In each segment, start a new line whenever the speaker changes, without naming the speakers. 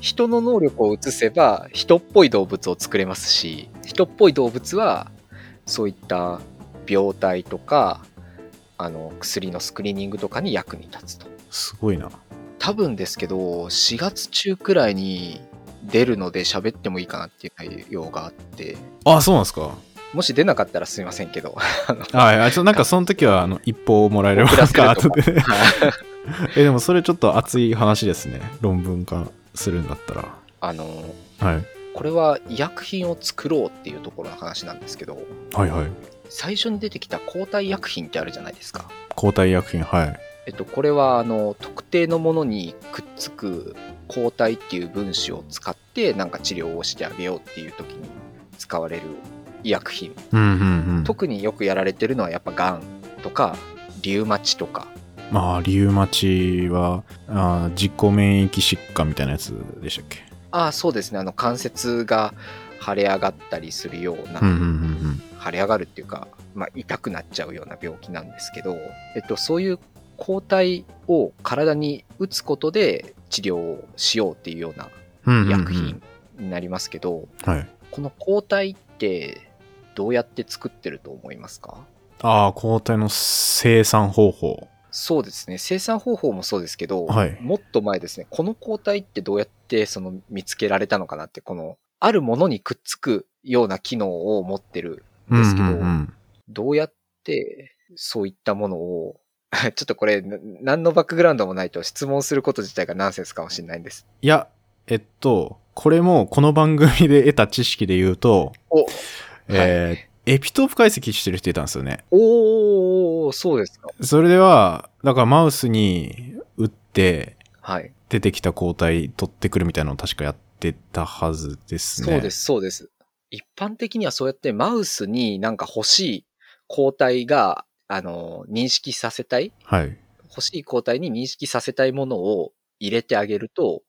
人の能力を移せば人っぽい動物を作れますし人っぽい動物はそういった病態とかあの薬のスクリーニングとかに役に立つと
すごいな。
多分ですけど4月中くらいに出るので喋ってもいいかなっていう内容があって
あ、そうなんですか。
もし出なかったらすいませんけど
はいあ。ちょなんかその時は、あの、一報をもらえれば
送らせるとか
か、後で ね。え、でもそれちょっと熱い話ですね。論文化するんだったら。
あの
はい。
これは医薬品を作ろうっていうところの話なんですけど
はいはい。
最初に出てきた抗体医薬品ってあるじゃないですか
抗体医薬品、はい。
えっと、これはあの特定のものにくっつく抗体っていう分子を使ってなんか治療をしてあげようっていう時に使われる医薬品、
うんうんうん。
特によくやられてるのはやっぱがんとかリウマチとか
まあ、リウマチは、あー自己免疫疾患みたいなやつでしたっけ。
ああそうですねあの関節が腫れ上がったりするような、
うんうんうん
腫れ上がるっていうか、まあ、痛くなっちゃうような病気なんですけど、えっと、そういう抗体を体に打つことで治療をしようっていうような
うん。うんう
医
んうん
薬品。になりますけど、
はい。
この抗体ってどうやって作ってると思いますか
ああ、抗体の生産方法。
そうですね生産方法もそうですけど、
はい
もっと前ですねこの抗体ってどうやってその見つけられたのかなってこのあるものにくっつくような機能を持ってるですけど
うんうんうん
どうやってそういったものを ちょっとこれな何のバックグラウンドもないと質問すること自体がナンセンスかもしれないんです
いや、えっと、これもこの番組で得た知識で言うと、
お
えーエピトープ解析してる人いたんですよね。
おーそうですか
それでは、だからマウスに打って
はい
出てきた抗体取ってくるみたいなのを確かやってたはずですね。
そうです、そうです。一般的にはそうやってマウスになんか欲しい抗体が、あの、認識させたい、
はい。
欲しい抗体に認識させたいものを入れてあげると、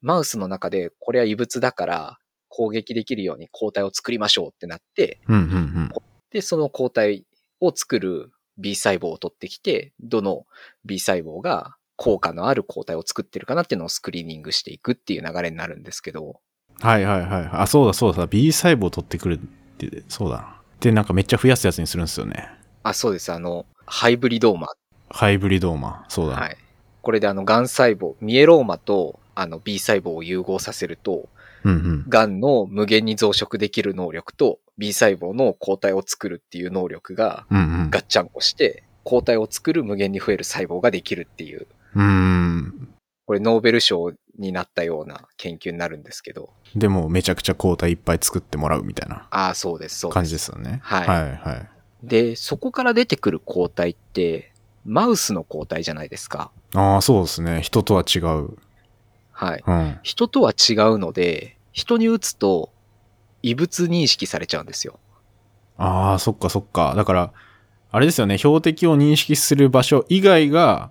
マウスの中でこれは異物だから攻撃できるように抗体を作りましょうってなって、
うんうんうん。
で、その抗体を作る B 細胞を取ってきて、どの B 細胞が効果のある抗体を作ってるかなっていうのをスクリーニングしていくっていう流れになるんですけど、
はいはいはい。あ、そうだそうだ。B 細胞取ってくるって、そうだ。で、なんかめっちゃ増やすやつにするんですよね。
あ、そうです。あの、ハイブリドーマ。
ハイブリドーマ。そうだ。
はい。これであの、癌細胞、ミエローマと、あの、B 細胞を融合させると、
うんうん。
癌の無限に増殖できる能力と、B 細胞の抗体を作るっていう能力が、
うんうん。
ガッチャンコして、抗体を作る無限に増える細胞ができるっていう、
うーん。
これノーベル賞になったような研究になるんですけど、
でも、めちゃくちゃ抗体いっぱい作ってもらうみたいな。
ああ、そうです、そう
感
で
じ
す。
ですよね。
はい
はいはい。
で、そこから出てくる抗体って、マウスの抗体じゃないですか。
ああ、そうですね。人とは違う。
はい。
うん。
人とは違うので、人に打つと異物認識されちゃうんですよ。
ああ、そっかそっか。だから、あれですよね。標的を認識する場所以外が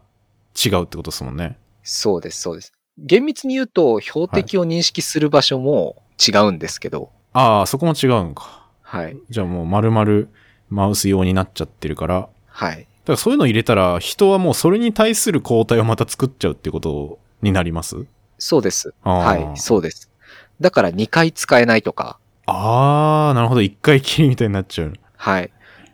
違うってことですもんね。
そうです、そうです。厳密に言うと、標的を認識する場所も違うんですけど、
ああ、そこも違うのか。
はい、
じゃあもう丸々マウス用になっちゃってるから。だ
はい。
からそういうの入れたら、人はもうそれに対する抗体をまた作っちゃうってことになります
そうです。
ああ。
はい、そうです。だから2回使えないとか、
ああ、なるほど。一回きりみたいになっちゃう。
はい。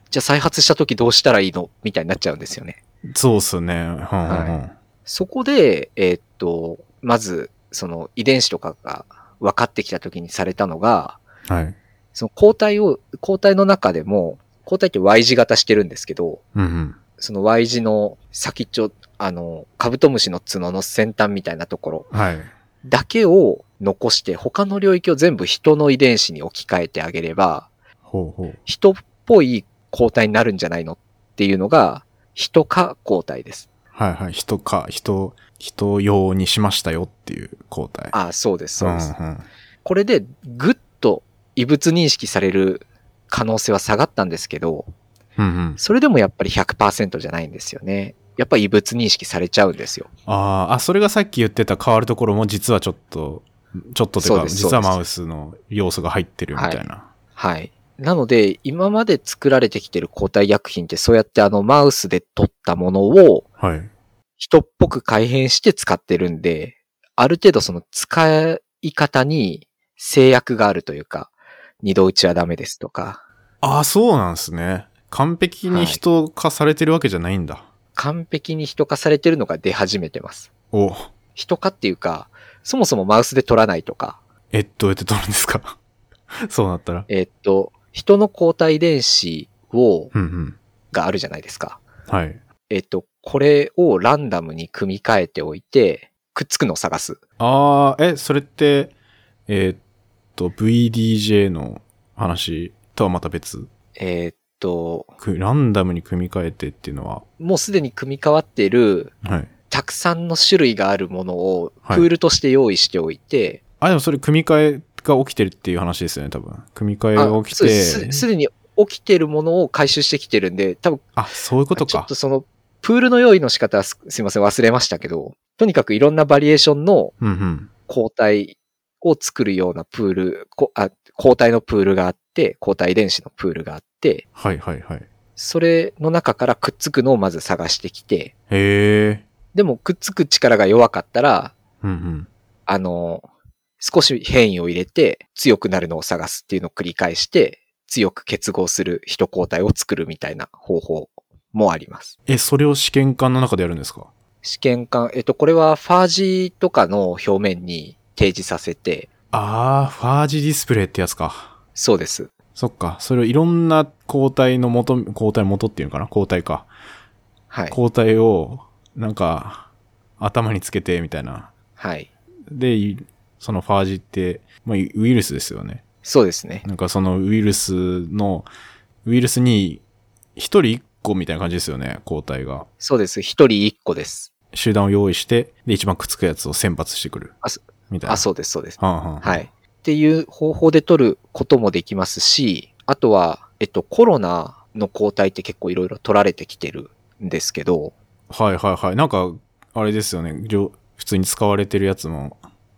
じゃあ再発した時どうしたらいいのみたいになっちゃうんですよね。
そうっすね。うんうんうん
はそこで、えーっと、まず、その遺伝子とかが分かってきた時にされたのが、
はい。
その抗体を、抗体の中でも、抗体って Y 字型してるんですけど、
うんうん。
その Y 字の先っちょ、あの、カブトムシの角の先端みたいなところ
はい。
だけを残して、他の領域を全部人の遺伝子に置き換えてあげれば、
ほうほう。
人っぽい抗体になるんじゃないのっていうのが、人化抗体です。
はいはい。人か、人、人用にしましたよっていう抗体。
ああ、そうです、そうです。
んん
これで、ぐっと異物認識される可能性は下がったんですけど、
うんうん
それでもやっぱり100%じゃないんですよね。やっぱり異物認識されちゃうんですよ。
あーあ、それがさっき言ってた変わるところも実はちょっと、ちょっとという
そう
か、
です
実は
そうです
マウスの要素が入ってるみたいな。
はい。なので、今まで作られてきてる抗体薬品って、そうやってあの、マウスで取ったものを、
はい。
人っぽく改変して使ってるんで、ある程度その使い方に制約があるというか、二度打ちはダメですとか、
ああ、そうなんですね。完璧に人化されてるわけじゃないんだ。
完璧に人化されてるのが出始めてます。
お、
人化っていうか、そもそもマウスで取らないとか、
えっと、えって取るんですか そうなったら。
えーっと、人の抗体遺伝子を、
うんうん。
があるじゃないですか。
はい。
えーっと、これをランダムに組み替えておいて、くっつくのを探す。
ああ、え、それって、えっと、VDJ の話とはまた別。
えーっと、
くランダムに組み替えてっていうのは、
もうすでに組み替わってる、
はい。
たくさんの種類があるものを、ツ
はい
ールとして用意しておいて、
あ、でもそれ組み替えが起きてるっていう話ですよね、多分。組み替え
あ
が起き
そうですすす
て。
でに起きてるものを回収してきてるんで、多分
あ、そういうこと
ちょっ
か
と。その、プールの用意の仕方はすすいません、忘れましたけど、とにかくいろんなバリエーションの
うんうん。
抗体を作るようなプール、こあ抗体のプールがあって、抗体遺伝子のプールがあって、
はいはいはい。
それの中からくっつくのをまず探してきて、
へえ。
でもくっつく力が弱かったら、
うんうん。
あの、少し変異を入れて強くなるのを探すっていうのを繰り返して、強く結合する人抗体を作るみたいな方法もあります。
え、それを試験管の中でやるんですか
試験管、えっと、これはファージとかの表面に提示させて、
あー、ファージディスプレイってやつか。
そうです。
そっか。それをいろんな抗体の元、抗体元っていうのかな抗体か。
はい。
抗体を、なんか、頭につけて、みたいな。
はい。
で、いそのファージって、まあ、ウイルスですよね。
そうですね。
なんかそのウイルスの、ウイルスに、一人一個みたいな感じですよね、抗体が。
そうです。一人一個です。
集団を用意して、で、一番くっつくやつを選抜してくる。
あそ
みたいな。
あ、そうです、そうです。
はんはん
はい。っていう方法で取ることもできますし、あとは、えっと、コロナの抗体って結構いろいろ取られてきてるんですけど、
はいはいはい。なんか、あれですよね。りょ普通に使われてるやつも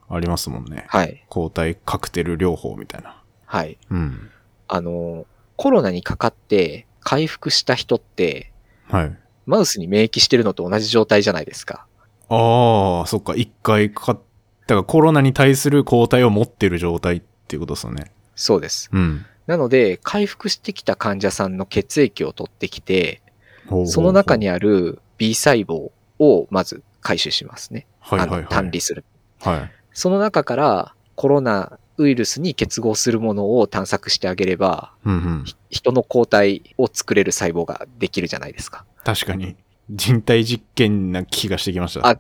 ありますもんね。
はい。
抗体カクテル療法みたいな。
はい。
うん。
あの、コロナにかかって回復した人って、
はい。
マウスに免疫してるのと同じ状態じゃないですか。
ああ、そっか。一回かかっだからコロナに対する抗体を持ってる状態っていうことですよね。
そうです。
うん。
なので、回復してきた患者さんの血液を取ってきて、
ほうほうほう
その中、にある B 細胞をまず回収しますね。
はいはいは
あ
い。
の単理する。
はい。
その中からコロナウイルスに結合するものを探索してあげれば、
うんうん。
ひ人の抗体を作れる細胞ができるじゃないです か。
確かに、人体実験な気がしてきました。
あ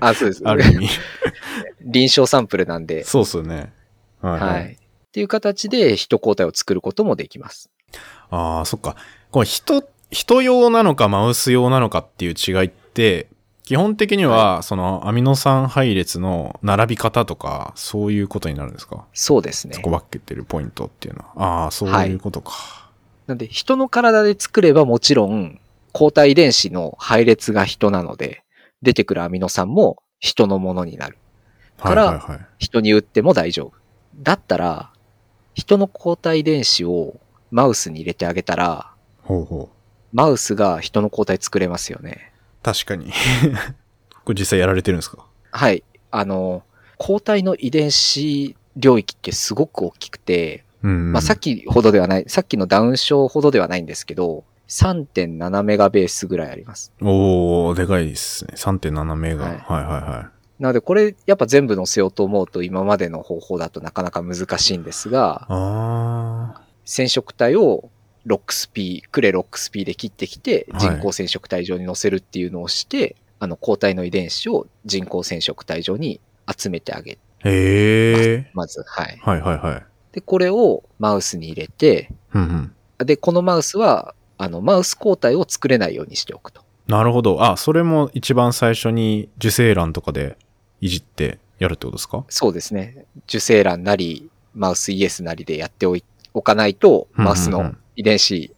あ、そうです。
ある 意味。
臨床サンプルなんで。
そうっすよね。はいはい。
はい。っていう形で人抗体を作ることもできます。
ああ、そっか。この人、人用なのかマウス用なのかっていう違いって、基本的には、そのアミノ酸配列の並び方とか、そういうことになるんですか
そうです
そ
ね
こ。分けてるポイントっていうのは。ああ、そういうことか。
なんで人の体で作ればもちろん抗体遺伝子の配列が人なので、出てくるアミノ酸も人のものになる。
はい、はい、はい。
人に打っても大丈夫。だったら、人の抗体遺伝子をマウスに入れてあげたら、
ほうほう。
マウスが人の抗体作れますよね。
確かに。 これ実際やられてるんですか
はい。あの、抗体の遺伝子領域ってすごく大きくて、
うんうん。
まあ、さっきほどではない、さっきのダウン症ほどではないんですけど、3.7メガベースぐらいあります。
おー、でかいですね。3.7メガ。
は
はいい、はい、は
なので、これ、やっぱ全部載せようと思うと、今までの方法だとなかなか難しいんですが
い。、あ
染色体を 6P、クレ 6P で切ってきて、
はい
人工染色体上に載せるっていうのをして、あの、抗体の遺伝子を人工染色体上に集めてあげ
ー。へえ。
まず、はい。
はい、はい、はい。
で、これをマウスに入れて、
うんうん。
で、このマウスは、あの、マウス抗体を作れないようにしておくと。
なるほど。あ、それも一番最初に受精卵とかでいじってやるってことですか
そうですね。受精卵なり、マウスイエスなりでやっておいおかないと、
うんうんうん
マウスの遺伝子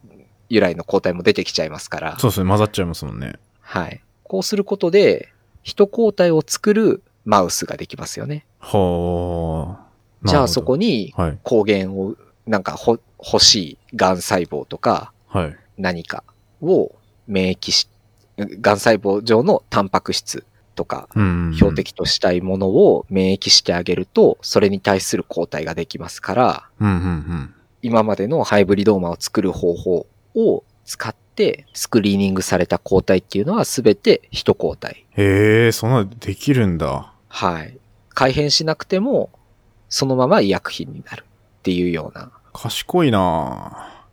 由来の抗体も出てきちゃいますから、
そうですね。混ざっちゃいますもんね。
はい。こうすることで、人抗体を作るマウスができますよね。
はあ。
じゃあそこ
に。
に
はい。
抗原を、なんかほ欲しい、癌細胞とか
はい。
何かを免疫しがん細胞上のタンパク質とか、
うん。
標的としたいものを免疫してあげると、それに対する抗体ができますから、
うんうんうん。
今までのハイブリドーマを作る方法を使って、スクリーニングされた抗体っていうのは全てヒト抗体。
へえ、そんなのできるんだ。
はい。改変しなくても、そのまま医薬品になるっていうような。
賢いなぁ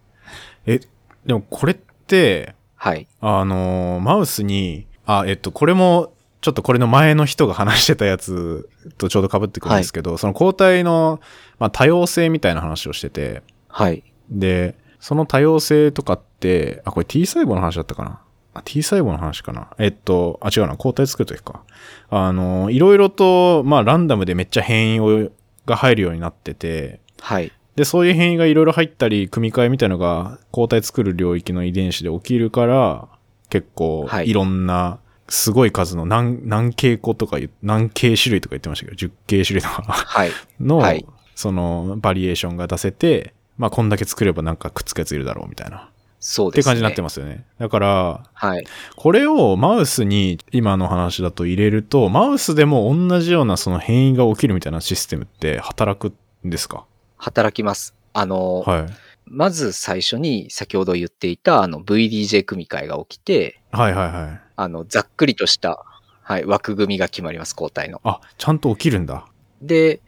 え、でもこれって、
はい。
あのーマウスに、あ、えっと、これも、ちょっとこれの前の人が話してたやつとちょうど被ってくるんですけど、その抗体の、まあ、多様性みたいな話をしてて、
はい。
で、その多様性とかって、あ、これ T 細胞の話だったかなあ ?T 細胞の話かなえっと、あ、違うな、抗体作るときか。あの、いろいろと、まあ、ランダムでめっちゃ変異をが入るようになってて、
はい。
で、そういう変異がいろいろ入ったり、組み替えみたいのが抗体作る領域の遺伝子で起きるから、結構
は、い
いろんな、すごい数の何、何系個とか言う、何系種類とか言ってましたけど、10系種類とか。
はい。
の、
はい
そのバリエーションが出せて、まあこんだけ作ればなんかくっつくやついるだろうみたいな。
そう
って
ですね。
感じになって
ます。
ますよね。だから、
はい。
これをマウスに今の話だと入れると、マウスでも同じようなその変異が起きるみたいなシステムって働くんですか
働きます。あの、
はい。
まず最初に先ほど言っていたあの VDJ 組み換えが起きて、
はいはいはい。
あの、ざっくりとした、はい、枠組みが決まります、抗体の。
あ、ちゃんと起きるんだ。
で、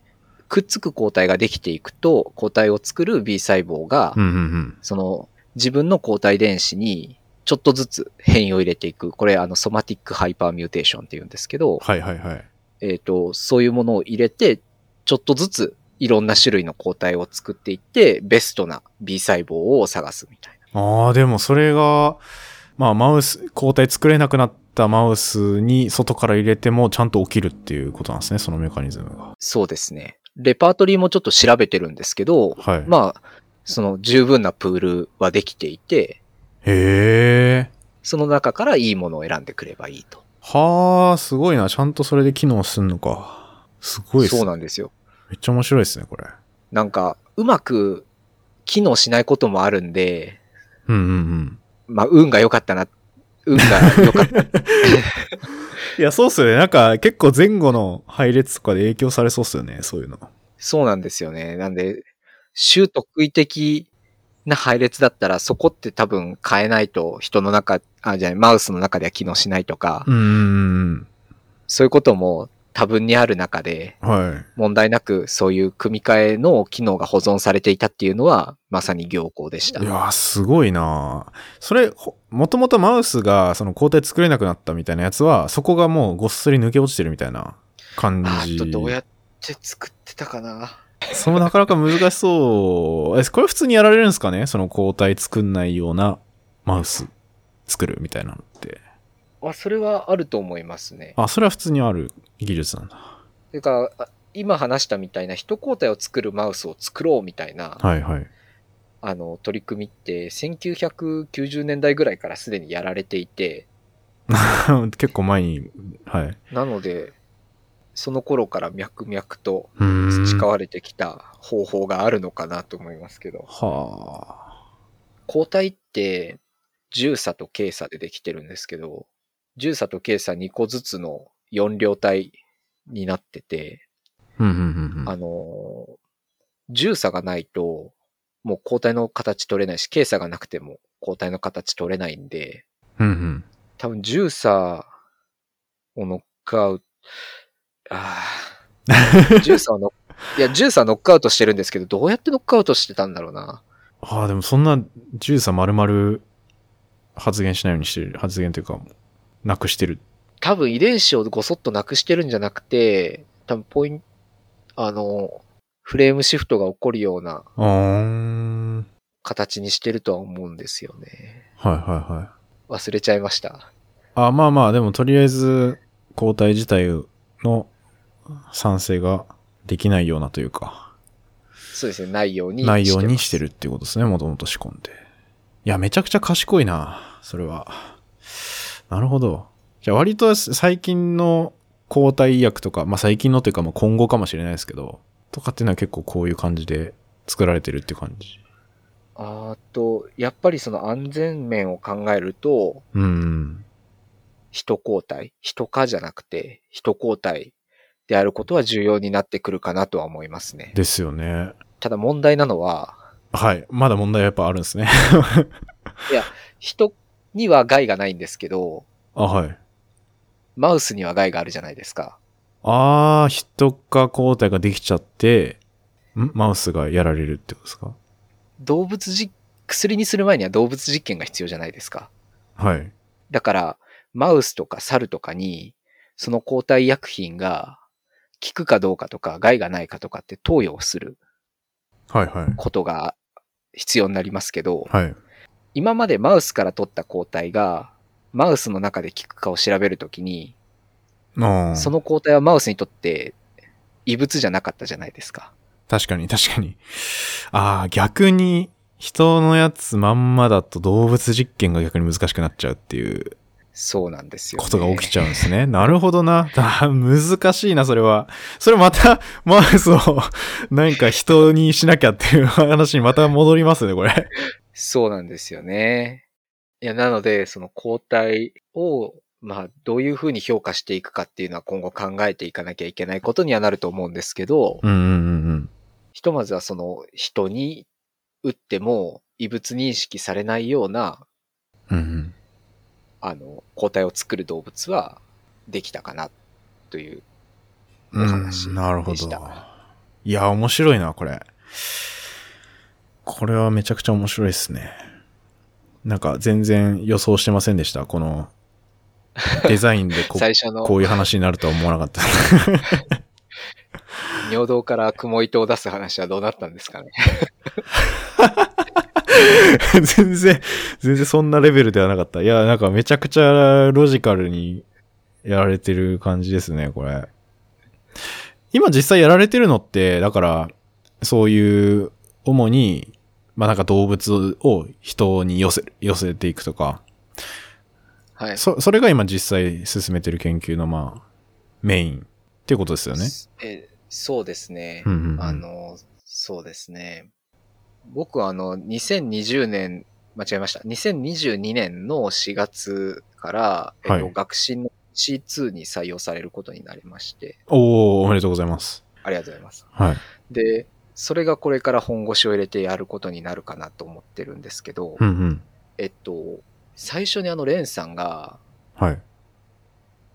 くっつく抗体ができていくと、抗体を作る B 細胞が、
うんうんうん。
その、自分の抗体遺伝子に、ちょっとずつ変異を入れていく。これ、あの、ソマティックハイパーミューテーションって言うんですけど、
はいはいはい。
えっ、と、そういうものを入れて、ちょっとずついろんな種類の抗体を作っていって、ベストな B 細胞を探すみたいな。
ああ、でもそれが、まあマウス、抗体作れなくなったマウスに外から入れてもちゃんと起きるっていうことなんですね、そのメカニズムが。
そうですね。レパートリーもちょっと調べてるんですけど、
はい。
まあ、その十分なプールはできていて、
へえ。
その中からいいものを選んでくればいいと。
はあ、すごいな。ちゃんとそれで機能すんのか。すごいっす
そ
ね
うなんですよ。
めっちゃ面白いですね、これ。
なんか、うまく機能しないこともあるんで、
うんうんうん。
まあ、運が良かったな、運が良かった。
いや、そうっすよね。なんか、結構前後の配列とかで影響されそうっすよね、そういうの。
そうなんですよね。なんで、州得意的な配列だったら、そこって多分変えないと、人の中、あ、じゃない、マウスの中では機能しないとか、
うんうん
そういうことも多分にある中で、
うん。はい。
問題なくそういう組み替えの機能が保存されていたっていうのは、まさに行幸でした
い。やー、すごいなそれ、ほもともとマウスが、その抗体作れなくなったみたいなやつは、そこがもうごっそり抜け落ちてるみたいな感
あ
じ。
ーとどうやって作ってたかな。
そのなかなか難しそう。え、これ普通にやられるんですかねその抗体作んないようなマウス作るみたいなのって。
あそれはあると思いますね。
あ、それは普通にある技術なんだ。
てか、あ今話したみたいな、人抗体を作るマウスを作ろうみたいな、
はいはい。
あの、取り組みって、1990年代ぐらいからすでにやられていて、
結構前に、はい。
なので、その頃から脈々と
うーん
培われてきた方法があるのかなと思いますけど、
は
抗体って、重差と軽差でできてるんですけど、重差と軽差2個ずつの4両体になってて、
あ。うんうんうんう
あ
ん。
のー重差がないと、もう抗体の形取れないし、軽差がなくても抗体の形取れないんで、
うんうん。
多分重差をノックアウト、あ あ、重差をノック、いや、重差はノックアウトしてるんですけど、どうやってノックアウトしてたんだろうな。
ああ、でもそんな、ジューサ丸々発言しないようにしてる。発言というか、なくしてる。
多分遺伝子をごそっとなくしてるんじゃなくて、多分ポイント、あの、フレームシフトが起こるような
あーん。はい
形にしてるとは思うんですよね。
はいはい。
忘れちゃいました。
あまあまあでもとりあえず抗体自体の産生ができないようなというか
そうですね、ないように
ないようにして
る。
るっていうことですねもともと仕込んでいやめちゃくちゃ賢いなそれはなるほどじゃあ割と最近の抗体医薬とかまあ最近のというかまあ今後かもしれないですけどとかっていうのは結構こういう感じで作られてるっていう感じ
あと、やっぱりその安全面を考えると、
うん
人抗体、人化じゃなくて、人抗体であることは重要になってくるかなとは思いますね。
ですよね。
ただ問題なのは、
はい。まだ問題はやっぱあるんですね。
人には害がないんですけど、
あ、はい。
マウスには害があるじゃないですか。
あー、人か抗体ができちゃって、んマウスがやられるってことですか
動物実、薬にする前には動物実験が必要じゃないですか。
はい。
だから、マウスとか猿とかに、その抗体薬品が効くかどうかとか、害がないかとかって投与をする
はいはい。
ことが必要になりますけど、
はい。
今までマウスから取った抗体が、マウスの中で効くかを調べるときに、
あー
その抗体はマウスにとって異物じゃなかったじゃないですか。
確かに確かに。ああ、逆に人のやつまんまだと動物実験が逆に難しくなっちゃうっていう
そうなんですよ、ね。
ことが起きちゃうんですね。なるほどな。あー難しいな、それは。それまたマウスをなんか人にしなきゃっていう話にまた戻りますね、これ。
そうなんですよね。いや、なので、その抗体を、まあ、どういうふうに評価していくかっていうのは今後考えていかなきゃいけないことにはなると思うんですけど、
うんうんうんうん。
ひとまずはその人に打っても異物認識されないような、
うんうん、
あの、抗体を作る動物はできたかなという。
うん
お話
なるほ
でし
ど
た。
いや、面白いな、これ。これはめちゃくちゃ面白いですね。なんか全然予想してませんでした。このデザインで こ
最初の
こういう話になるとは思わなかった。
尿道から雲糸を出す話はどうなったんですかね。
全然、全然そんなレベルではなかった。いや、なんかめちゃくちゃロジカルにやられてる感じですね、これ。今実際やられてるのって、だから、そういう、主に、まあなんか動物を人に寄せ、寄せていくとか、
はい。
そ、それが今実際進めてる研究のまあ、メインっていうことですよね。
えそうですね。
うんうんうん
あの、そうですね。僕はあの、2020年、間違えました。2022年の4月から、えっと
はい
学信の C2 に採用されることになりまして、
おー、おめでとうございます。
ありがとうございます。
はい。
で、それがこれから本腰を入れてやることになるかなと思ってるんですけど、
うんうん。
えっと、最初にあの、レンさんが、
はい。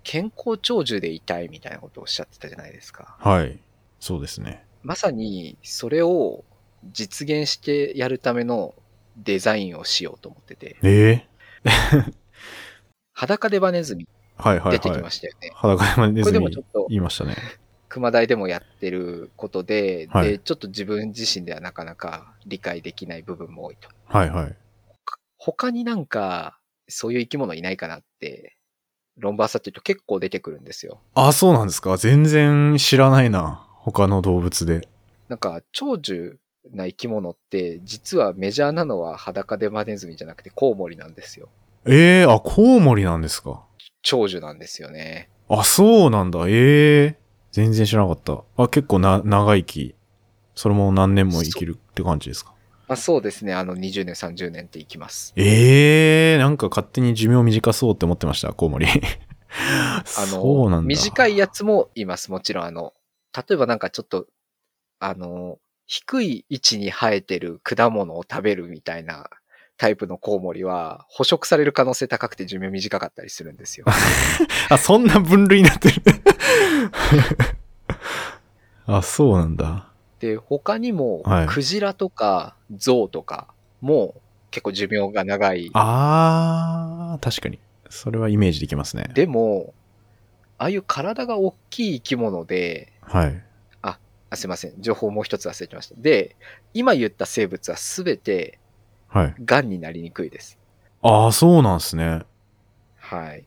健康長寿でいたいみたいなことをおっしゃってたじゃないですか。
はい。そうですね。
まさにそれを実現してやるためのデザインをしようと思ってて、
え
裸デバネズミ
ー、はいはい
出て
は
き
い
ま。したよね。
裸山ネ
こ
ズ
れで
ミ
もちょっと
言いましたね。
熊大でもやってることで、
はい
で、ちょっと自分自身ではなかなか理解できない部分も多いと。
はいはい。
他になんかそういう生き物いないかなって、ロンバーサっていうと結構出てくるんですよ。
あ、そうなんですか全然知らないな。他の動物で。
なんか長寿な生き物って実はメジャーなのは裸デバネズミじゃなくてコウモリなんですよ。
ええあ、コウモリなんですか
長寿なんですよね。
あ、そうなんだ。ええ全然知らなかった。あ、結構な、長生き。それも何年も生きるって感じですか
まあ、そうですね。あの、20年、30年っていきます。
ええなんか勝手に寿命短そうって思ってました、コウモリ。
あの、
そうなんだ。
短いやつもいます。もちろん、あの、例えばなんかちょっと、あの、低い位置に生えてる果物を食べるみたいなタイプのコウモリは、捕食される可能性高くて寿命短かったりするんです よ。
あ、そんな分類になってる。 あ、そうなんだ。
で、他にも
はい、
クジラとか、ゾウとかも結構寿命が長い。
あー、確かに。それはイメージできますね。
でも、ああいう体が大きい生き物で、
はい。
あすいません。情報もう一つ忘れてました。で、今言った生物はすべて
はい。
癌になりにくいです。
ああ、そうなんですね。
はい。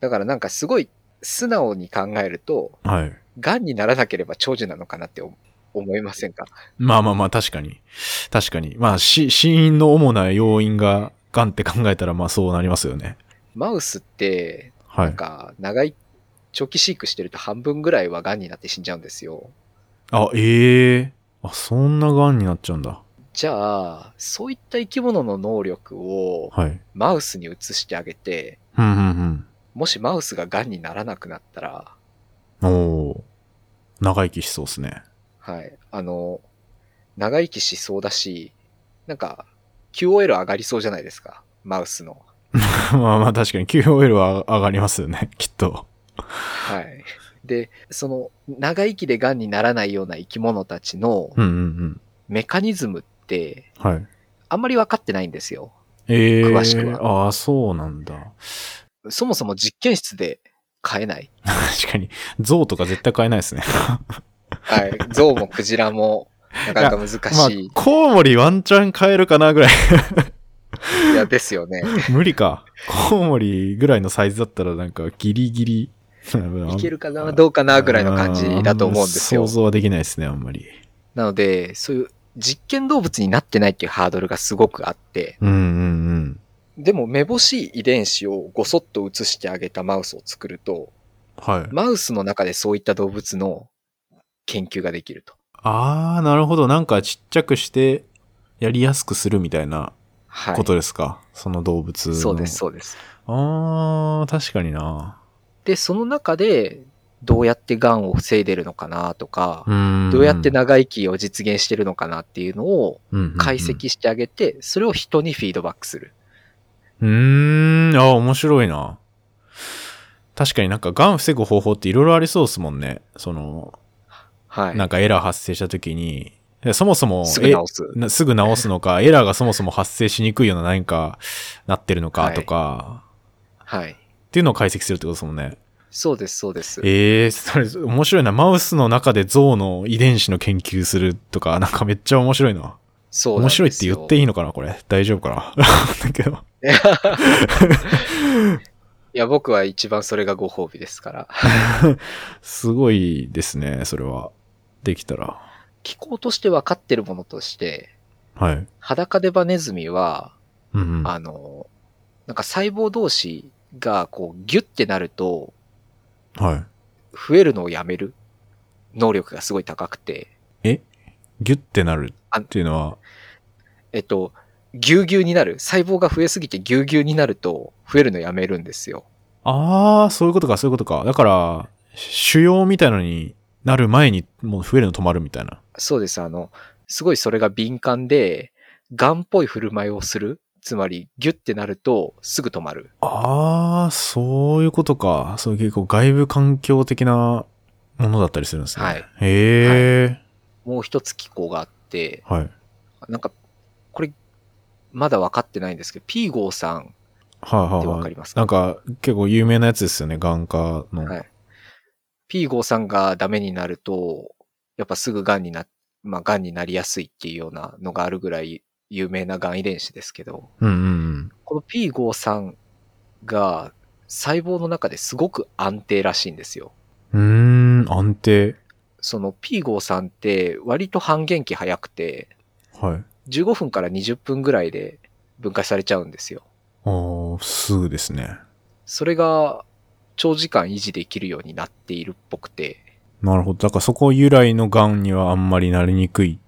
だからなんかすごい素直に考えると、
はい。
癌にならなければ長寿なのかなって思思いませんか
まあまあまあ、確かに。確かに。まあ、し死因の主な要因が、癌って考えたら、まあそうなりますよね。
マウスって、
は
なん
い。
か長い、長期飼育してると半分ぐらいは癌になって死んじゃうんですよ。
あ、ええあ、そんな癌になっちゃうんだ。
じゃあ、そういった生き物の能力を
はい。
マウスに移してあげて、
うんうんうん。
もしマウスが癌にならなくなったら、
おおー長生きしそうですね。
はい、あの、長生きしそうだし、なんか、QOL 上がりそうじゃないですか、マウスの。
まあまあ確かに QOL は上がりますよね、きっと。
はい。で、その、長生きで癌にならないような生き物たちの
うんうん
メカニズムって、
うん。はい。
あんまり分かってないんですよ。
ええー。
詳しくは
ああ、そうなんだ。
そもそも実験室で飼えない。
確かに、象とか絶対買えないですね。
はい。象もクジラも、なかなか難
まあ
しい。、
コウモリワンチャン買えるかなぐらい。
いや、ですよね。
無理か。コウモリぐらいのサイズだったらなんかギリギリ。
い
い
けるかな、どうかな、ぐらいの感じだと思うんですよ
想。像はできないですね、あんまり。
なので、そういう実験動物になってないっていうハードルがすごくあって、
うんうん
でも、めぼしい遺伝子をごそっと移してあげたマウスを作ると、
うん。はい。
マウスの中でそういった動物の研究ができると。
あー、なるほど。なんかちっちゃくして、やりやすくするみたいな
はい。
ことですか。その動物の。
そうです、。そうです。
あー、確かにな。
で、その中で、どうやって癌を防いでるのかなとか、
うん。
どうやって長生きを実現してるのかなっていうのを
うんうんうん
解析してあげて、それを人にフィードバックする。
うーん、あ、面白いな。確かになんか、がん防ぐ方法っていろいろありそうですもんね。その、
はい。
なんかエラー発生した時に、でそもそも、
すぐ直す。
えなすぐ直すのか、エラーがそもそも発生しにくいような何かなってるのかとか、
はい。
っていうのを解析するってことですもんね。
そうです、そうです。
えー、それ面白いな。マウスの中で象の遺伝子の研究するとか、なんかめっちゃ面白いな。
そうなん
面
ですよ
白いって言っていいのかなこれ。大丈夫かな だけど。
いや、僕は一番それがご褒美ですから。
すごいですね、それは。できたら。
気候として分かってるものとして、
はい。
裸デバネズミは、
うんうん。
あの、なんか細胞同士がこうギュッてなると、
はい。
増えるのをやめる能力がすごい高くて、
ギュッてなる
あ
っていうのは、
えっと、ぎゅうぎゅうになる。細胞が増えすぎてぎゅうぎゅうになると、増えるのやめるんですよ。
あー、そういうことか、そういうことか。だから、腫瘍みたいのになる前にもう増えるの止まるみたいな。
そうです。あの、すごいそれが敏感で、ガンっぽい振る舞いをする。つまり、ギュってなると、すぐ止まる。
あー、そういうことか。そういう結構外部環境的なものだったりするんですね。
はい。
へ
もう一つ機構があって、
ー。はい。
なんか、これ、まだ分かってないんですけど、P 号さん
はいは
って
い
分か
は
り
い。
ますか
なんか、結構有名なやつですよね、眼科の。
はい。P53 さんがダメになると、やっぱすぐ癌にな、まあ癌になりやすいっていうようなのがあるぐらい有名な癌遺伝子ですけど、
うんうんうん。
この P53 が細胞の中ですごく安定らしいんですよ。
うーん、安定。
その P53 って割と半減期早くて、
はい。
15分から20分ぐらいで分解されちゃうんですよ。
あー、すぐですね。
それが長時間維持できるようになっているっぽくて、
なるほど。だからそこ由来の癌にはあんまりなりにくい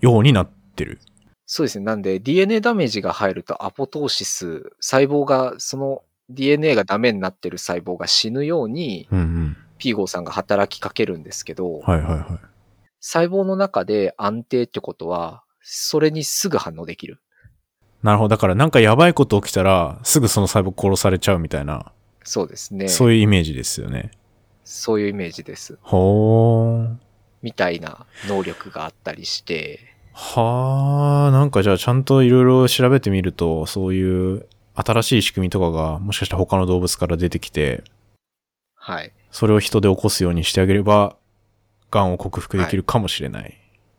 ようになってる。
そうですね。なんで DNA ダメージが入るとアポトーシス、細胞が、その DNA がダメになってる細胞が死ぬように
うんうん。
P 号さんが働きかけるんですけど、
はいはいはい。
細胞の中で安定ってことは、それにすぐ反応できる。
なるほど。だからなんかやばいこと起きたら、すぐその細胞殺されちゃうみたいな、
そうですね。そ
そうういうイメージですよね。
いうイメージです。
ほー。
みたいな能力があったりして、
はー、なんかじゃあちゃんといろいろ調べてみると、そういう新しい仕組みとかが、もしかしたら他の動物から出てきて、
はい。
それを人で起こすようにしてあげれば、癌を克服できるかもしれない。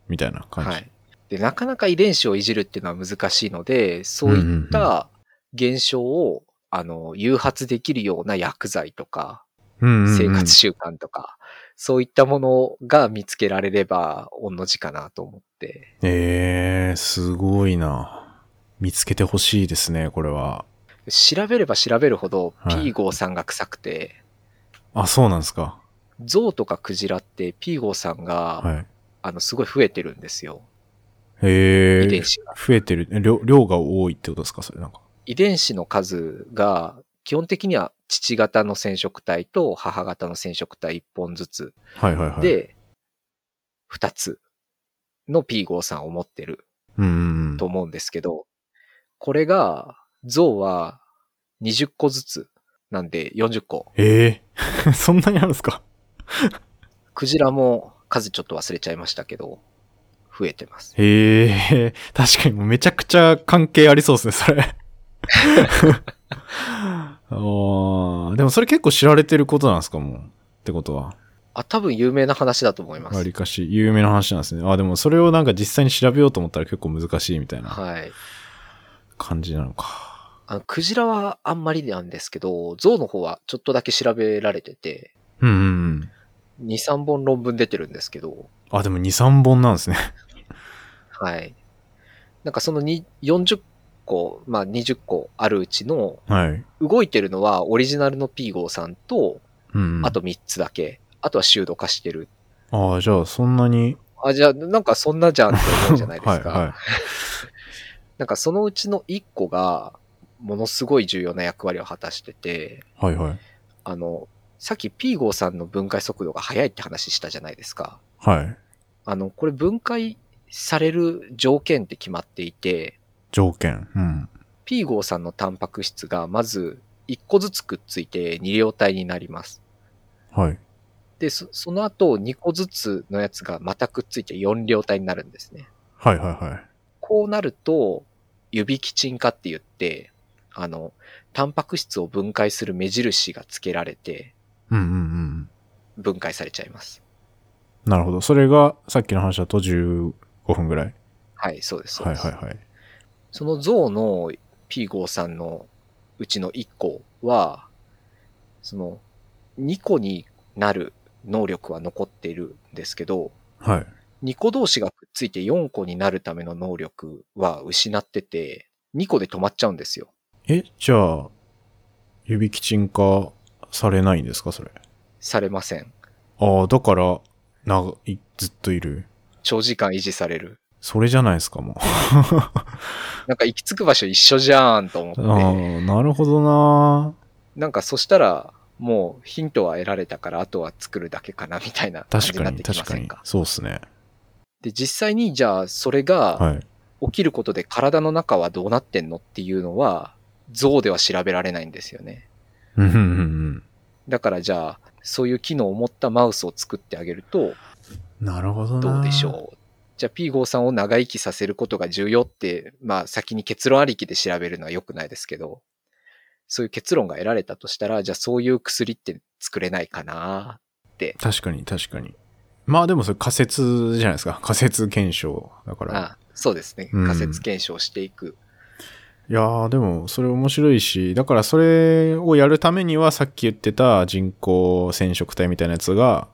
みたいな感じ。
はい。で、なかなか遺伝子をいじるっていうのは難しいので、そういった現象を、あの、誘発できるような薬剤とか、
うんうんうん
生活習慣とか、そういったものが見つけられれば、おんの字かなと思って。
えー、すごいな。見つけてほしいですね、これは。
調べれば調べるほど、
はい
P 号さんが臭くて、
あ、そうなんですか。
象とかクジラって P 号さんが、
はい。
あの、すごい増えてるんですよ。
え
遺
ー、
伝子が。
増えてる。量量が多いってことですか、それなんか。
遺伝子の数が、基本的には父型の染色体と母型の染色体1本ずつ
はいはいはい。、
で、2つの P53 を持ってる
うんうんうん
と。思うんですけど、これが、像は20個ずつなんで40個。
ええ そんなにあるんですか
クジラも数ちょっと忘れちゃいましたけど、増えてます。
へえ、確かにもうめちゃくちゃ関係ありそうで すね、それ。あーでもそれ結構知られてることなんですか、もう。ってことは。
あ、多分有名な話だと思います
わ。りかし有名な話なんですね。あ、でもそれをなんか実際に調べようと思ったら結構難しいみたいな
はい。
感じなのか。
あの、クジラはあんまりなんですけど、象の方はちょっとだけ調べられてて、
うんうんうん。
2、3本論文出てるんですけど、
あ、でも2、3本なんですね。
はい。なんかそのに40個、まあ20個あるうちの、
はい。うん
動いてるのはオリジナルの P 号さんと、
うん。
あと3つだけ。あとはシュード化してる。
ああ、じゃあそんなに。
あ、じゃあ、なんかそんなじゃんって思うじゃないですか。
はいはい。
なんかそのうちの1個が、ものすごい重要な役割を果たしてて、
はいはい。
あの、さっき P 号さんの分解速度が速いって話したじゃないですか。
はい。
あの、これ分解される条件って決まっていて、
条件。うん。
P 号さんのタンパク質がまず1個ずつくっついて2両体になります。
はい。
で、そその後2個ずつのやつがまたくっついて4両体になるんですね。
はいはいはい。
こうなると、指キチン化って言って、あの、タンパク質を分解する目印がつけられて、
うんうんうん。
分解されちゃいます。
なるほど。それが、さっきの話だと15分ぐらい。
はい、そうです。そう
はい
です
はいはい。
その像の P53 のうちの1個は、その2個になる能力は残っているんですけど、
はい。
2個同士がくっついて4個になるための能力は失ってて、2個で止まっちゃうんですよ。
え、じゃあ、指キチン化されないんですかそれ。
されません。
ああ、だから、な、いずっといる。
長時間維持される。
それじゃないですか、 も
なんか行き着く場所一緒じゃんと思
う。ああ
って、、
なるほどな。
なんかそしたら、もうヒントは得られたから、あとは作るだけかなみたいな感じ
確
になっ
か
て
に、
きま
確か
せん
に
か。。
そうっすね。
で、実際にじゃあそれが
はい。
起きることで体の中はどうなってんのっていうのは、像では調べられないんですよね。
うんうんうん
だからじゃあ、そういう機能を持ったマウスを作ってあげると、
うん。なるほどな。
どうでしょう。じゃあ P5 さんを長生きさせることが重要って、まあ先に結論ありきで調べるのは良くないですけど、そういう結論が得られたとしたら、じゃあそういう薬って作れないかな。
確かに、確かに。まあでもそれ仮説じゃないですか。仮説検証だから。
あそうですね。
うん
仮説検証していく。
いやーでもそれ面白いしだからそれをやるためにはさっき言ってた人工染色体みたいなやつが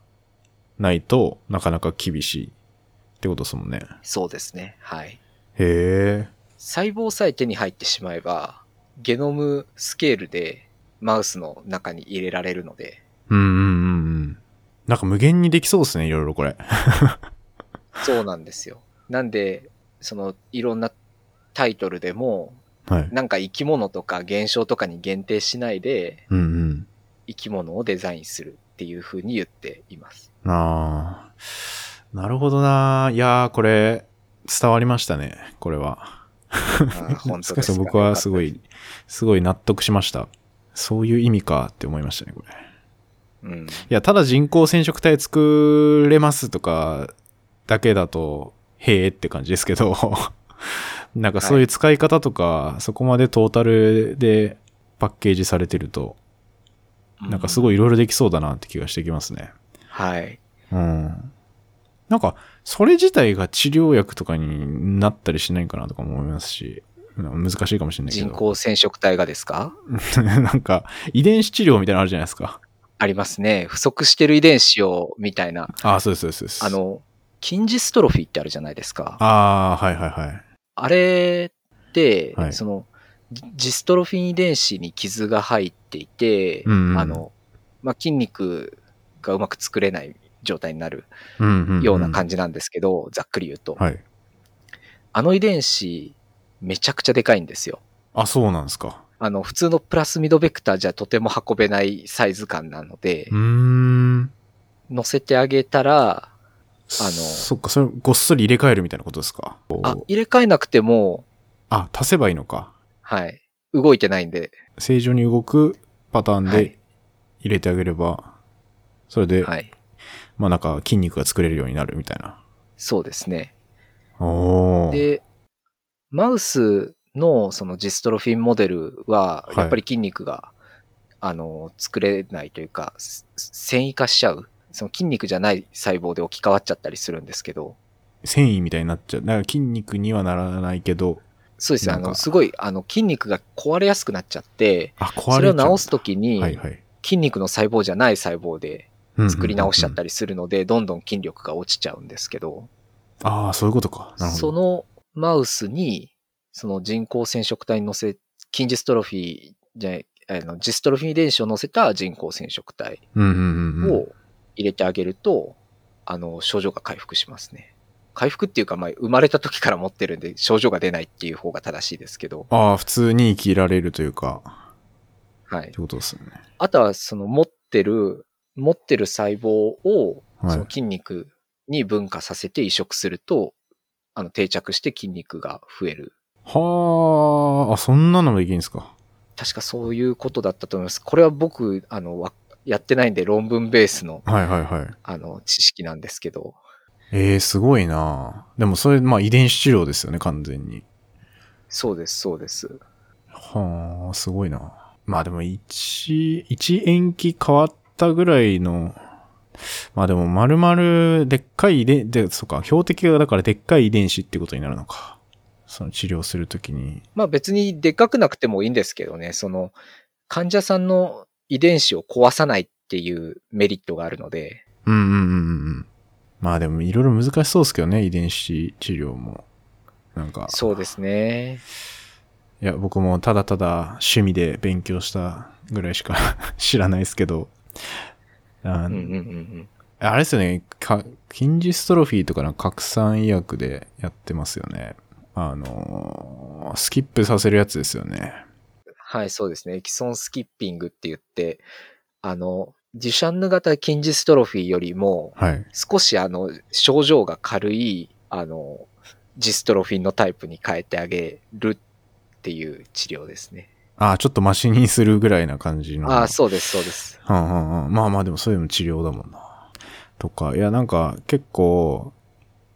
ないとなかなか厳しいってことですもんね
そうですね。はい。
へえ
細胞さえ手に入ってしまえば、ゲノムスケールでマウスの中に入れられるので、
うんうんうんうんなんか無限にできそうですねいろいろこれ
そうなんですよ。なんで、そのいろんなタイトルでも、
はい
なんか生き物とか現象とかに限定しないで
うんうん
生き物をデザインするっていうふうに言ってい ます。
あーなるほどないやーこれ伝わりましたねこれは
あー本当です
し
か
も僕はすごい。すごい納得しましたそういう意味かって思いましたねこれ
うん。
いや、ただ人工染色体作れますとかだけだと、へえって感じですけど、 なんかそういう使い方とか、そこまでトータルでパッケージされてると、なんかす
い。
ごいいろいろできそうだなって気がしてきますね。
はい。
うん。なんか、それ自体が治療薬とかになったりしないかなとかも思いますし、難しいかもしれないけど。
人工染色体がですか
なんか、遺伝子治療みたいなのあるじゃないですか。
ありますね。不足してる遺伝子を、みたいな。
ああ、そうです、そうですそうです。
あ、の、筋ジストロフィーってあるじゃないですか。あ
ああ、はいはいはい。
れって、
はい
その、ジジストロフィン遺伝子に傷が入っていて、
うんうん
あの、まあ、筋肉がうまく作れない状態になる
うんうん、うん。
ような感じなんですけど、ざっくり言うと、
はい。
あの遺伝子、めちゃくちゃでかいんですよ。
あ、そうなんですか。
あの、普通のプラスミドベクターじゃとても運べないサイズ感なので
うー、ん。
乗せてあげたら、
あの、そっか、それごっそり入れ替えるみたいなことですか。こう
あ、入れ替えなくても、
あ、足せばいいのか。
はい、動いてないんで、
正常に動くパターン
は
で
い
入れてあげれば、それで、
はい、
まあなんか筋肉が作れるようになるみたいな。
そうですね。
おー。
で、マウスのそのジストロフィンモデルは
は、い
やっぱり筋肉が、あの、作れないというか、す繊維化しちゃう。その筋肉じゃない細胞で置き換わっちゃったりするんですけど、
繊維みたいになっちゃう。だから筋肉にはならないけど、
そうですね、あ
なん
の、
か
すごい、あの、筋肉が壊れやすくなっちゃって、
あ、壊れちゃう
それを治すときに、
はいはい
筋肉の細胞じゃない細胞で
うんうんうんうん
作り直しちゃったりするので、どんどん筋力が落ちちゃうんですけど、
ああ、そういうことか。なるほ
そ
ど。
のマウスに、その人工染色体に乗せ、筋ジストロフィーじゃない、あのジストロフィー遺伝子を乗せた人工染色体
うんうんうんうん。
を入れてあげると、あの、症状が回復しますね。回復っていうか、まあ、生まれた時から持ってるんで、症状が出ないっていう方が正しいですけど、
ああ、普通に生きられるというか、
はい
っ。てことですよね。
あとは、その持ってる、持ってる細胞を、
はい
その筋肉に分化させて移植すると、あの、定着して筋肉が増える。
はあ、あ、そんなのもできるんですか。
確かそういうことだったと思います。これは僕、あの、わやってないんで論文ベースの、
はいはいはい。
あの、知識なんですけど、
ええー、すごいなでもそれ、まあ遺伝子治療ですよね、完全に。
そうです、そうです。
はあ、すごいな。まあでも一、一延期変わったぐらいの、まあでも丸々でっかい遺伝、で、そうか、標的がだからでっかい遺伝子ってことになるのか。その治療するときに。
まあ別にでっかくなくてもいいんですけどね、その、患者さんの遺伝子を壊さないっていうメリットがあるので、
うんうんうんうんうん。まあでもいろいろ難しそうですけどね、遺伝子治療も。なんか、
そうですね。
いや、僕もただただ趣味で勉強したぐらいしか 知らないですけど。あ
うんうんうんうん。
あれですよね、か筋ジストロフィーとかの拡散医薬でやってますよね。あのースキップさせるやつですよね。
はい、そうですね。エキソンスキッピングって言って、あの、デュシャンヌ型筋ジストロフィーよりも、
はい。
少しあの、症状が軽い、あの、ジストロフィンのタイプに変えてあげるっていう治療ですね。
ああ、ちょっとマシにするぐらいな感じの。
ああ、そうです、そうです。
はんはんはんまあまあでもそれでも治療だもんな。とか、いやなんか結構、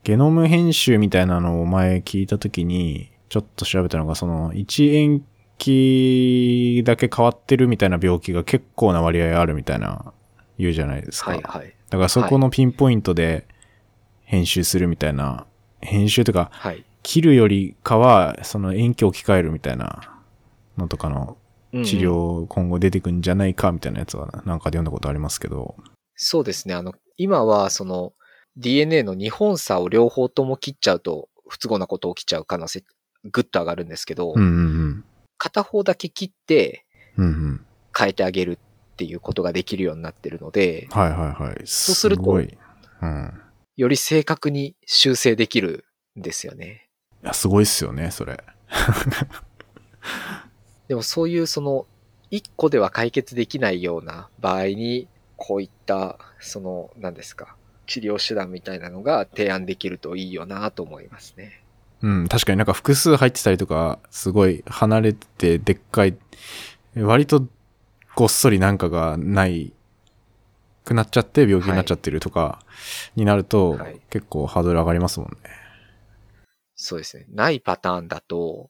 ゲノム編集みたいなのを前聞いたときに、ちょっと調べたのが、その、一延期だけ変わってるみたいな病気が結構な割合あるみたいな、言うじゃないですか。
はい、はい。
だからそこのピンポイントで編集するみたいな、編集というか、
はい。
切るよりかは、その延期を置き換えるみたいなのとかの
うんうん
治療今後出てくんじゃないかみたいなやつはなんかで読んだことありますけど。
そうですね。あの、今はその DNA の2本差を両方とも切っちゃうと、不都合なこと起きちゃう可能性、ぐっと上がるんですけど、
うんうん
片方だけ切って
うん。うんうん。
変えてあげるっていうことができるようになってるので、
はいはいはい。そう
すると
い。うん。
より正確に修正できるんですよね。
いや、すごいっすよね、それ。
でもそういうその一個では解決できないような場合にこういったその何ですか治療手段みたいなのが提案できるといいよなと思いますね。
うん、確かになんか複数入ってたりとか、すごい離れてて、でっかい、割とごっそりなんかがない、くなっちゃって病気になっちゃってるとかになると、
はい
結構ハードル上がりますもんね。
そうですね。ないパターンだと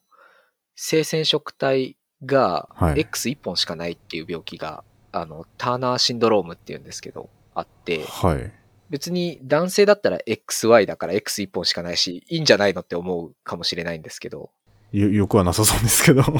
性染色体が
はい
X1 本しかないっていう病気が、あのターナーシンドロームっていうんですけどあって
はい。
別に男性だったら XY だから X1 本しかないしいいんじゃないのって思うかもしれないんですけ ど
よ、よくはなさそうですけど。
あ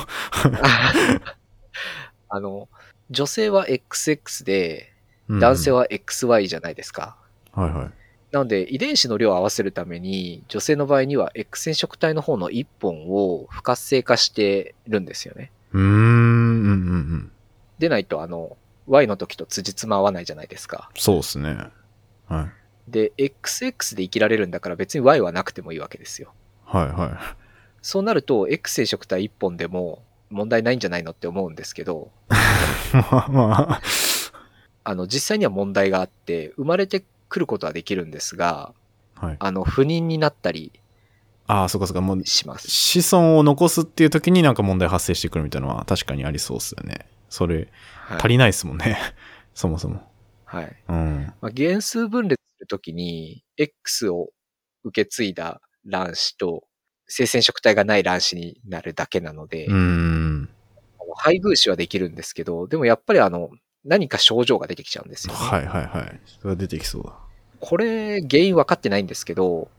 の、女性は XX で、
うん
男性。は XY じゃないですか。
はいはい。
なので、遺伝子の量を合わせるために、女性の場合には X 染色体の方の1本を不活性化してるんですよね。
うーん、うんうんうん。
でないと、あの、Y の時と辻褄合わないじゃないですか。
そうですね。はい。
で、XX で生きられるんだから別に Y はなくてもいいわけですよ。
はいはい。
そうなると、X 染色体1本でも、問題ないんじゃないのって思うんですけど、
まあまあ、
あの、実際には問題があって、生まれてくることはできるんですが、
はい。
あの、不妊になったり
ああ、そうかそうか。もう、
します。
子孫を残すっていう時になんか問題発生してくるみたいなのは確かにありそうっすよね。それ、
はい。
足りないっすもんね。 そもそも。
はい。
うん。
まあ、原数分裂するときに、X を受け継いだ卵子と、生鮮食体がない卵子になるだけなので、
うーん。
あの配偶子はできるんですけど、でもやっぱりあの、何か症状が出てきちゃうんですよ、ね。
はいはいはい。それは出てきそうだ。
これ、原因分かってないんですけど、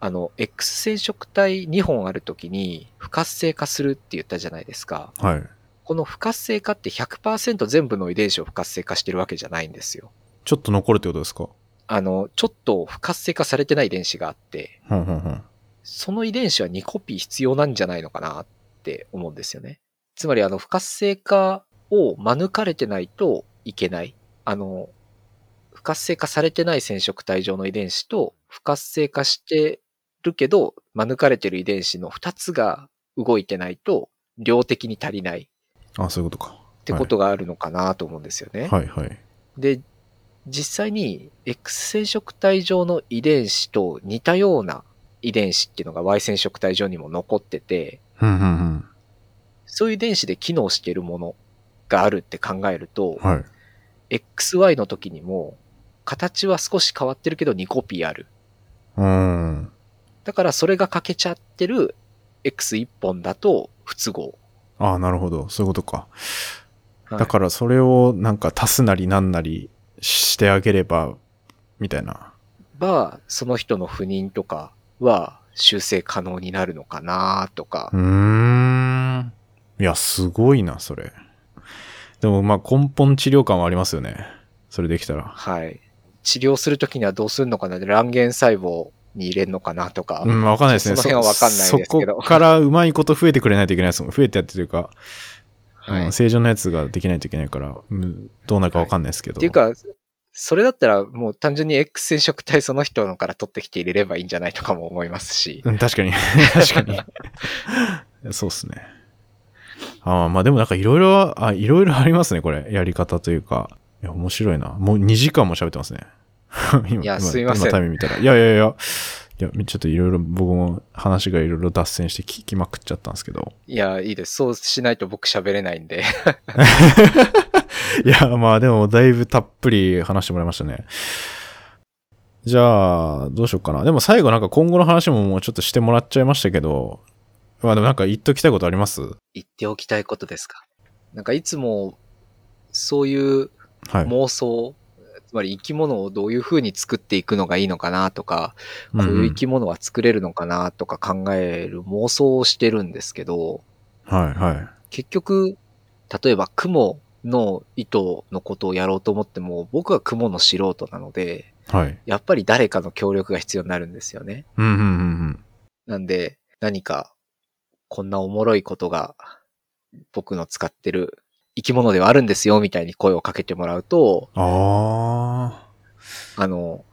あの、X 染色体2本あるときに、不活性化するって言ったじゃないですか。
はい。
この不活性化って100%全部の遺伝子を不活性化してるわけじゃないんですよ。
ちょっと残るってことですか
あの、ちょっと不活性化されてない遺伝子があって、
ほんほんほん。
その遺伝子は2コピー必要なんじゃないのかなって思うんですよね。つまり、あの、不活性化を免れてないといけない。あの、不活性化されてない染色体上の遺伝子と、不活性化してるけど、免れてる遺伝子の2つが動いてないと、量的に足りない
あそういうことか。
ってことがあるのかなと思うんですよね。
はいはい。
で、実際に X 染色体上の遺伝子と似たような遺伝子っていうのが Y 染色体上にも残ってて、
うんうん
そういう遺伝子で機能しているものがあるって考えると、
うん。はい。
XY の時にも形は少し変わってるけど2コピーある。
うーん。
だからそれが欠けちゃってる X1 本だと不都合。
ああ、なるほど。そういうことか。
はい
だからそれをなんか足すなりなんなりしてあげれば、みたいな。
ば、その人の不妊とかは修正可能になるのかなとか
う、ーん。いや、すごいな、それ。でも、まあ、根本治療感はありますよね。それできたら。
はい。治療するときにはどうするのかな卵原細胞に入れるのかなとか。
うん、わかんないですね。
その辺はわかんないですけど
そこからうまいこと増えてくれないといけないですもん。増えてやってというか、
はい
うん
っ
正常なやつができないといけないから、うんどうなるかわかんないですけど。
ていうか、それだったらもう単純に X 染色体その人のから取ってきて入れればいいんじゃないとかも思いますし。
うん、確かに。 確かに。そうっすね。ああ、まあでもなんかいろいろ、あ、いろいろありますね、これ。やり方というか。いや、面白いな。もう2時間も喋ってますね。 今
いや
今
すいません
今タイム見たら。いやいやいや。いや、ちょっといろいろ僕も話がいろいろ脱線して聞きまくっちゃったんですけど。
いや、いいです。そうしないと僕喋れないんで。
いや、まあでもだいぶたっぷり話してもらいましたね。じゃあ、どうしようかな。でも最後なんか今後の話ももうちょっとしてもらっちゃいましたけど、まあでもなんか言っときたいことあります
言っておきたいことですか。なんかいつも、そういう
はい。
妄想、つまり生き物をどういう風に作っていくのがいいのかなとか、こういう生き物は作れるのかなとか考える妄想をしてるんですけど、
うんうんはいはい。
結局、例えば雲の糸のことをやろうと思っても、僕は雲の素人なので、
はい。
やっぱり誰かの協力が必要になるんですよね。
うんうんうん
なんで、何か、こんなおもろいことが、僕の使ってる生き物ではあるんですよ、みたいに声をかけてもらうと、
うん。あ
あの、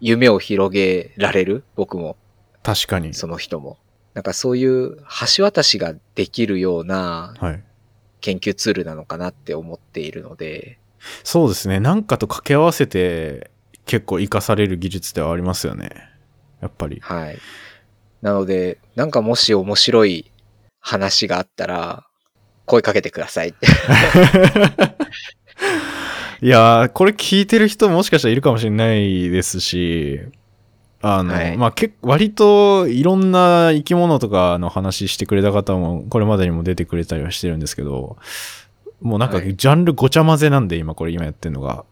夢を広げられる、僕も。
あ、確かに。
その人も。なんかそういう橋渡しができるような
はい。
研究ツールなのかなって思っているので、
そうですね。なんかと掛け合わせて結構活かされる技術ではありますよね。やっぱり。
はい。なので、なんかもし面白い話があったら、声かけてください。
いやー、これ聞いてる人もしかしたらいるかもしれないですし、あの、
はい
まあ、結構、割といろんな生き物とかの話してくれた方も、これまでにも出てくれたりはしてるんですけど、もうなんか、
は
ジ
い
ャンルごちゃ混ぜなんで、今これ、今やってるのが。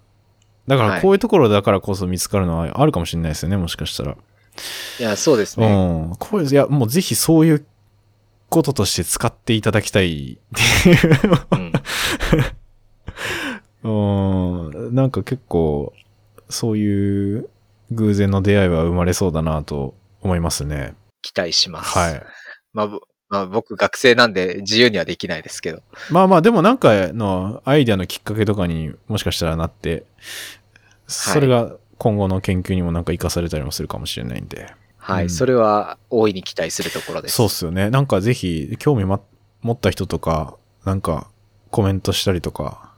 だから、
はい
こういうところだからこそ見つかるのはあるかもしれないですよね、もしかしたら。
いや、そうですね。
うん。こういう、いや、もうぜひそういうこととして使っていただきたいっていう
うん、
うーん、なんか結構、そういう偶然の出会いは生まれそうだなと思いますね。
期待します。
はい。
まあ、ぼまあ、僕学生なんで自由にはできないですけど。
まあまあ、でもなんかのアイデアのきっかけとかにもしかしたらなって、それが今後の研究にもなんか活かされたりもするかもしれないんで。
はい。
うん
それは大いに期待するところです。
そうっすよね。なんかぜひ興味、ま、持った人とか、なんかコメントしたりとか、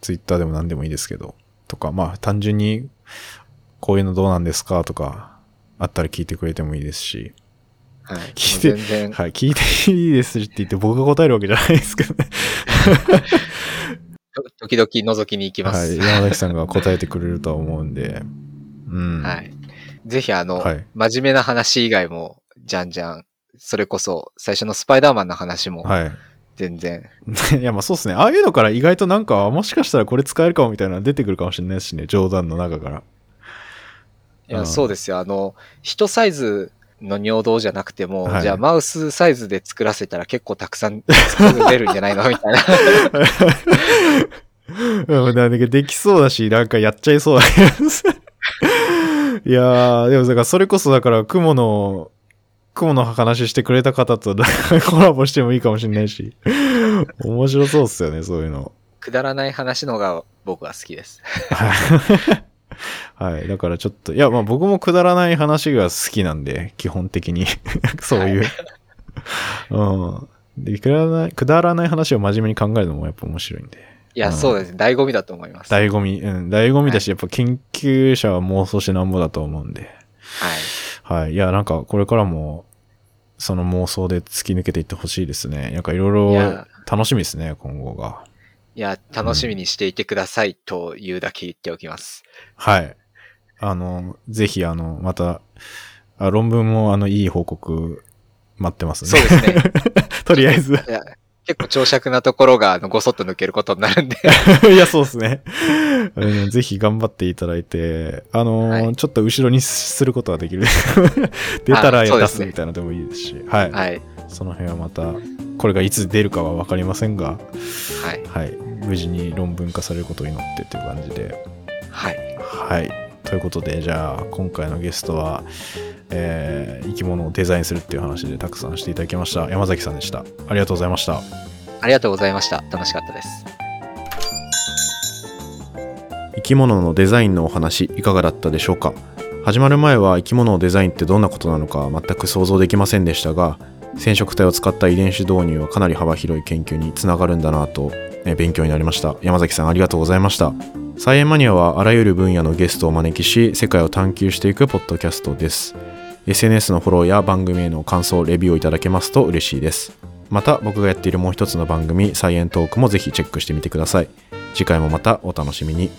ツイッターでも何でもいいですけど、とか、まあ単純にこういうのどうなんですかとか、あったら聞いてくれてもいいですし、
はい、
聞いて
もう全然、
はい、聞いていいですって言って僕が答えるわけじゃないですけど ね。
と時々覗きに行きま
はい、
す。
山崎さんが答えてくれるとは思うんで、う ん。
はい。ぜひ、あの、
はい
真面目な話以外も、じゃんじゃん、それこそ、最初のスパイダーマンの話も、
はい。
全然、
いや、まあそうですね。ああいうのから意外となんか、もしかしたらこれ使えるかもみたいなの出てくるかもしれないしね、冗談の中から。
いうや、
ん
そうですよ。あの、人サイズの尿道じゃなくても、
はい
じゃあマウスサイズで作らせたら結構たくさん 作れるんじゃないのみたいな。
うん、なんかできそうだし、なんかやっちゃいそうだけどいやー、でもだからそれこそだから、雲の、雲の話してくれた方と なんかコラボしてもいいかもしれないし。面白そうっすよね、そういうの。
くだらない話のが僕は好きです。
はいはい。だからちょっと、いや、まあ僕もくだらない話が好きなんで、基本的に。 そういう。うん。で、くだらない、くだらない話を真面目に考えるのもやっぱ面白いんで。
いや、
うん
そうです。醍醐味だと思います。はい。
醍醐味、うん、醍醐味だし、やっぱ研究者は妄想してなんぼだと思うんで。はい。いや、なんかこれからも、その妄想で突き抜けていってほしいですね。なんかいろい
い
ろ
や
楽しみですね、今後が。
いや、楽しみにしていてくださいというだけ言っておきます。
はい。あの、ぜひ、あの、また、あ論文も、あの、いい報告、待ってますね。
そうですね。
とりあえず。
いや結構長尺なところが、あの、ごそっと抜けることになるんで。
いや、そうですね、うんぜひ頑張っていただいて、あのー
はい
ちょっと後ろにすることはできる。 出たら
あそう
出
です
す
ね
みたいなのでもいいですし、はい。
はい。
その辺はまた、これがいつ出るかは分かりませんが、
はい。
はい。無事に論文化されることを祈ってという感じで、
はい。
はい。ということで、じゃあ、今回のゲストは、えー生き物をデザインするっていう話でたくさんしていただきました。山崎さんでした。ありがとうございました。
ありがとうございました。楽しかったです。
生き物のデザインのお話いかがだったでしょうか始まる前は生き物のデザインってどんなことなのか全く想像できませんでしたが染色体を使った遺伝子導入はかなり幅広い研究につながるんだなとえー勉強になりました山崎さんありがとうございましたサイエンマニアはあらゆる分野のゲストをお招きし世界を探求していくポッドキャストです SNS のフォローや番組への感想レビューをいただけますと嬉しいですまた僕がやっているもう一つの番組サイエントークもぜひチェックしてみてください次回もまたお楽しみに